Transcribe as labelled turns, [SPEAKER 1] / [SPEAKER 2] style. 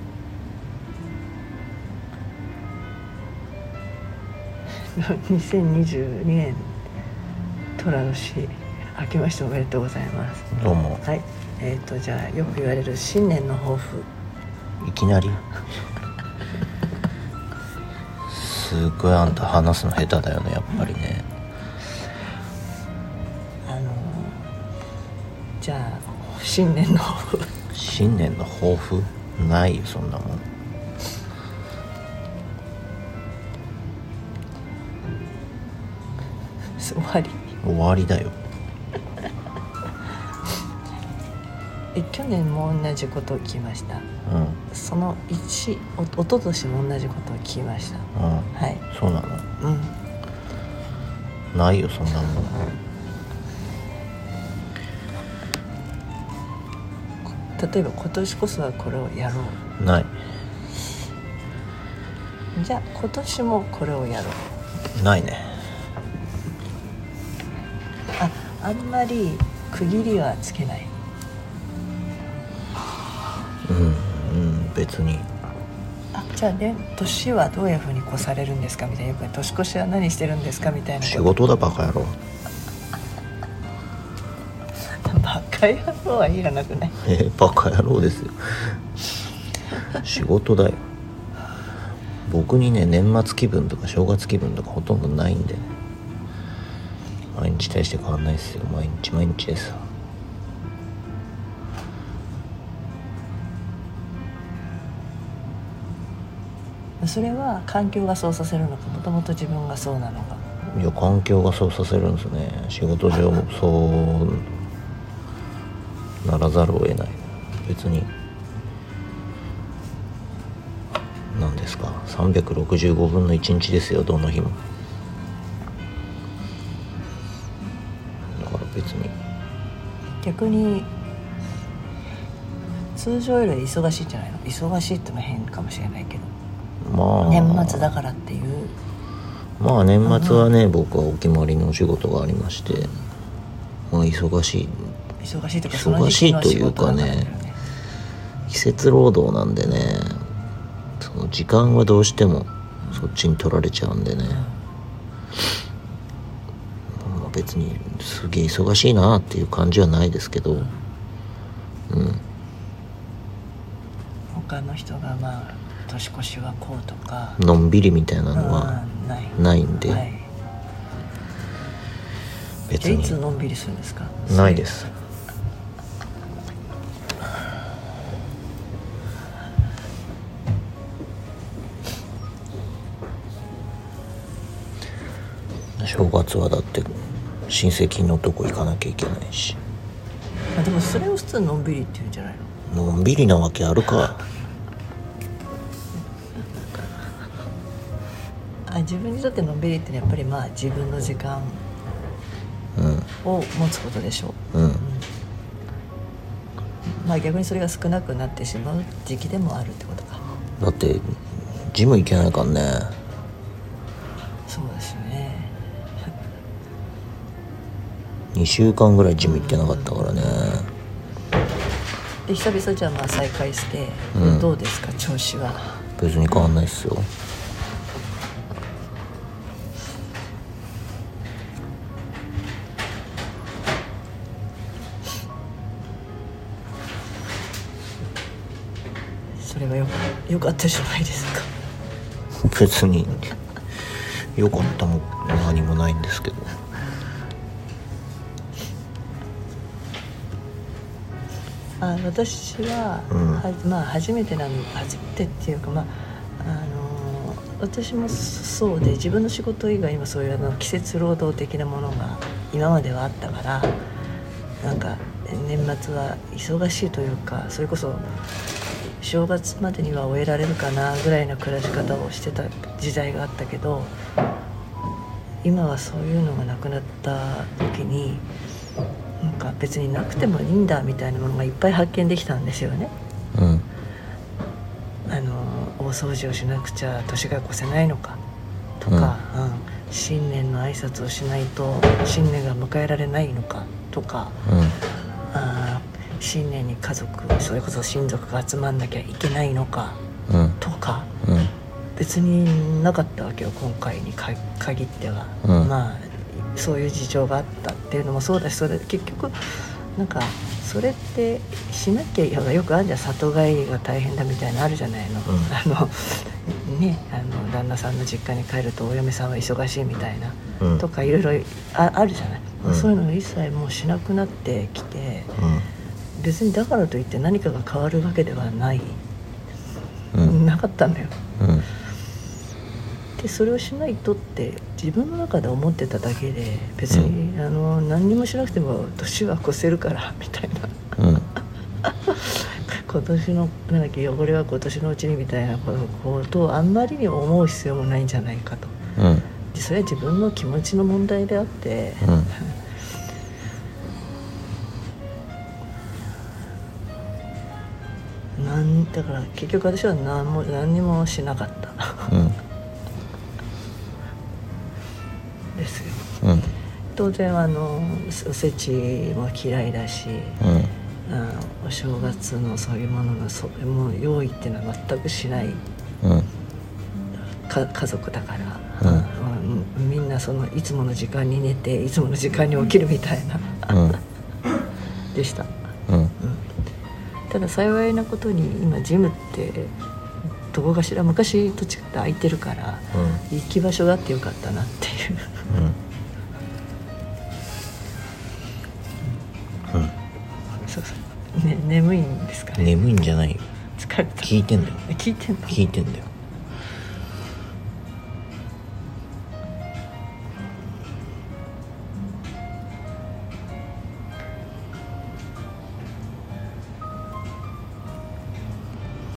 [SPEAKER 1] 2022年虎年明けましておめでとうございます
[SPEAKER 2] どうも
[SPEAKER 1] はいえー、とじゃあよく言われる新年の抱負
[SPEAKER 2] いきなりすごいあんた話すの下手だよねやっぱりね
[SPEAKER 1] あのーじゃあ新年の抱負
[SPEAKER 2] 新年の抱負ないよそんなもん
[SPEAKER 1] 終わり
[SPEAKER 2] 終わりだよ
[SPEAKER 1] え去年も同じことを聞きました
[SPEAKER 2] うん
[SPEAKER 1] その1おおととしも同じことを聞きました
[SPEAKER 2] うん
[SPEAKER 1] はい
[SPEAKER 2] そうな
[SPEAKER 1] うん
[SPEAKER 2] のないよそんなもん
[SPEAKER 1] 例えば今年こそはこれをやろ
[SPEAKER 2] ないう
[SPEAKER 1] じゃあ今年もこれをやろう
[SPEAKER 2] ないね
[SPEAKER 1] ああんまり区切りはつけない
[SPEAKER 2] うんうん別に
[SPEAKER 1] あじゃあね年はどういうふうに越されるんですかみたいなよく年越しは何してるんですかみたいな
[SPEAKER 2] 仕 事だバカ野郎
[SPEAKER 1] バカ野郎はいらなくない
[SPEAKER 2] えーバカ野郎ですよ仕事だよ僕にね年末気分とか正月気分とかほとんどないんでね毎日大して変わんないですよ毎日毎日です
[SPEAKER 1] それは環境がそうさせるのかもともと自分がそうなのか
[SPEAKER 2] いや環境がそうさせるんですね仕事上もそうならざるを得ない別に何ですか365分の1日ですよどの日もだから別に
[SPEAKER 1] 逆に通常よりは忙しいんじゃないの忙しいってのは変かもしれないけど
[SPEAKER 2] まあ
[SPEAKER 1] 年末だからっていう
[SPEAKER 2] まあ年末はね僕はお決まりのお仕事がありましてまあ忙しい
[SPEAKER 1] 忙しいとかその
[SPEAKER 2] 忙
[SPEAKER 1] 時
[SPEAKER 2] し
[SPEAKER 1] 期
[SPEAKER 2] い
[SPEAKER 1] の
[SPEAKER 2] と
[SPEAKER 1] 仕
[SPEAKER 2] いう
[SPEAKER 1] 事
[SPEAKER 2] か
[SPEAKER 1] だからだよ
[SPEAKER 2] ね
[SPEAKER 1] ね
[SPEAKER 2] 季節労働なんでねその時間はどうしてもそっちに取られちゃうんでね、まあ別にすげえ忙しいなっていう感じはないですけどうん
[SPEAKER 1] 他の人がまあ年越しはこうとか
[SPEAKER 2] のんびりみたいなのは
[SPEAKER 1] うんない
[SPEAKER 2] ないんで、
[SPEAKER 1] はい、
[SPEAKER 2] 別
[SPEAKER 1] じゃあいつ
[SPEAKER 2] に
[SPEAKER 1] のんびりするんですか
[SPEAKER 2] ないです正月はだって親戚のとこ行かなきゃいけないし
[SPEAKER 1] あでもそれを普通のんびりって言うんじゃないの
[SPEAKER 2] のんびりなわけあるか
[SPEAKER 1] あ自分にとってのんびりってのはやっぱりまあ自分の時間
[SPEAKER 2] うん
[SPEAKER 1] を持つことでしょう、
[SPEAKER 2] うん
[SPEAKER 1] まあ逆にそれが少なくなってしまう時期でもあるってことか
[SPEAKER 2] だってジム行けないからね
[SPEAKER 1] そうですね
[SPEAKER 2] 2週間ぐらいジム行ってなかったからね
[SPEAKER 1] で久々じゃあまあ再会して、
[SPEAKER 2] うん
[SPEAKER 1] どうですか調子は
[SPEAKER 2] 別に変わんないっすよ
[SPEAKER 1] それはよよかったじゃないですか
[SPEAKER 2] 別に良かったも何もないんですけど
[SPEAKER 1] あ私は,、
[SPEAKER 2] うん
[SPEAKER 1] はまあ初めてなの初めてっていうかまああのー私もそうで自分の仕事以外にもそういうあの季節労働的なものが今まではあったからなんか年末は忙しいというかそれこそ正月までには終えられるかなぐらいの暮らし方をしてた時代があったけど今はそういうのがなくなった時になんか別になくてもいいんだみたいなものがいっぱい発見できたんですよね。
[SPEAKER 2] うん
[SPEAKER 1] あの大掃除をしなくちゃ年が越せないのかとか、うん新年の挨拶をしないと新年が迎えられないのかとか
[SPEAKER 2] う
[SPEAKER 1] あー新年に家族それこそ親族が集まんなきゃいけないのか
[SPEAKER 2] んうん
[SPEAKER 1] とか
[SPEAKER 2] うん
[SPEAKER 1] 別になかったわけよ今回にか限っては、
[SPEAKER 2] うん
[SPEAKER 1] まあそういう事情があったっていうのもそうだしそれ結局なんかそれってしなきゃいやよくあるじゃん里帰りが大変だみたいなのあるじゃないの、
[SPEAKER 2] うん
[SPEAKER 1] あのねあの旦那さんの実家に帰るとお嫁さんは忙しいみたいな、
[SPEAKER 2] うん
[SPEAKER 1] とかいろいろああるじゃない、
[SPEAKER 2] うん
[SPEAKER 1] そういうのを一切もうしなくなってきて
[SPEAKER 2] う
[SPEAKER 1] 別にだからといって何かが変わるわけではない、
[SPEAKER 2] んうん
[SPEAKER 1] なかったんだよ
[SPEAKER 2] うん
[SPEAKER 1] でそれをしないとって自分の中で思ってただけで別に、あの何にもしなくても年は越せるから みたいな
[SPEAKER 2] うん
[SPEAKER 1] 今年のなんだっけ汚れは今年のうちにみたいなことをあんまりにも思う必要もないんじゃないかと
[SPEAKER 2] うん
[SPEAKER 1] でそれは自分の気持ちの問題であって、
[SPEAKER 2] うん
[SPEAKER 1] なんだから結局私は何も何にもしなかった
[SPEAKER 2] うん
[SPEAKER 1] ですよ
[SPEAKER 2] うん
[SPEAKER 1] 当然あのおせちも嫌いだし、
[SPEAKER 2] うん
[SPEAKER 1] うん、お正月のそういうもののそもう用意っていうのは全くしない
[SPEAKER 2] うん
[SPEAKER 1] か家族だから、
[SPEAKER 2] うん
[SPEAKER 1] うんみんなそのいつもの時間に寝ていつもの時間に起きるみたいな、
[SPEAKER 2] うん
[SPEAKER 1] でした、
[SPEAKER 2] うん
[SPEAKER 1] うん、ただ幸いなことに今ジムってどこかしら昔と違って空いてるから行き場所があってよかったなっていう
[SPEAKER 2] うんうん
[SPEAKER 1] そうそう、ね、眠いんですかね
[SPEAKER 2] 眠いんじゃないよ
[SPEAKER 1] 疲れた
[SPEAKER 2] 聞いてんだよ
[SPEAKER 1] 聞いてんの
[SPEAKER 2] 聞いてんだよ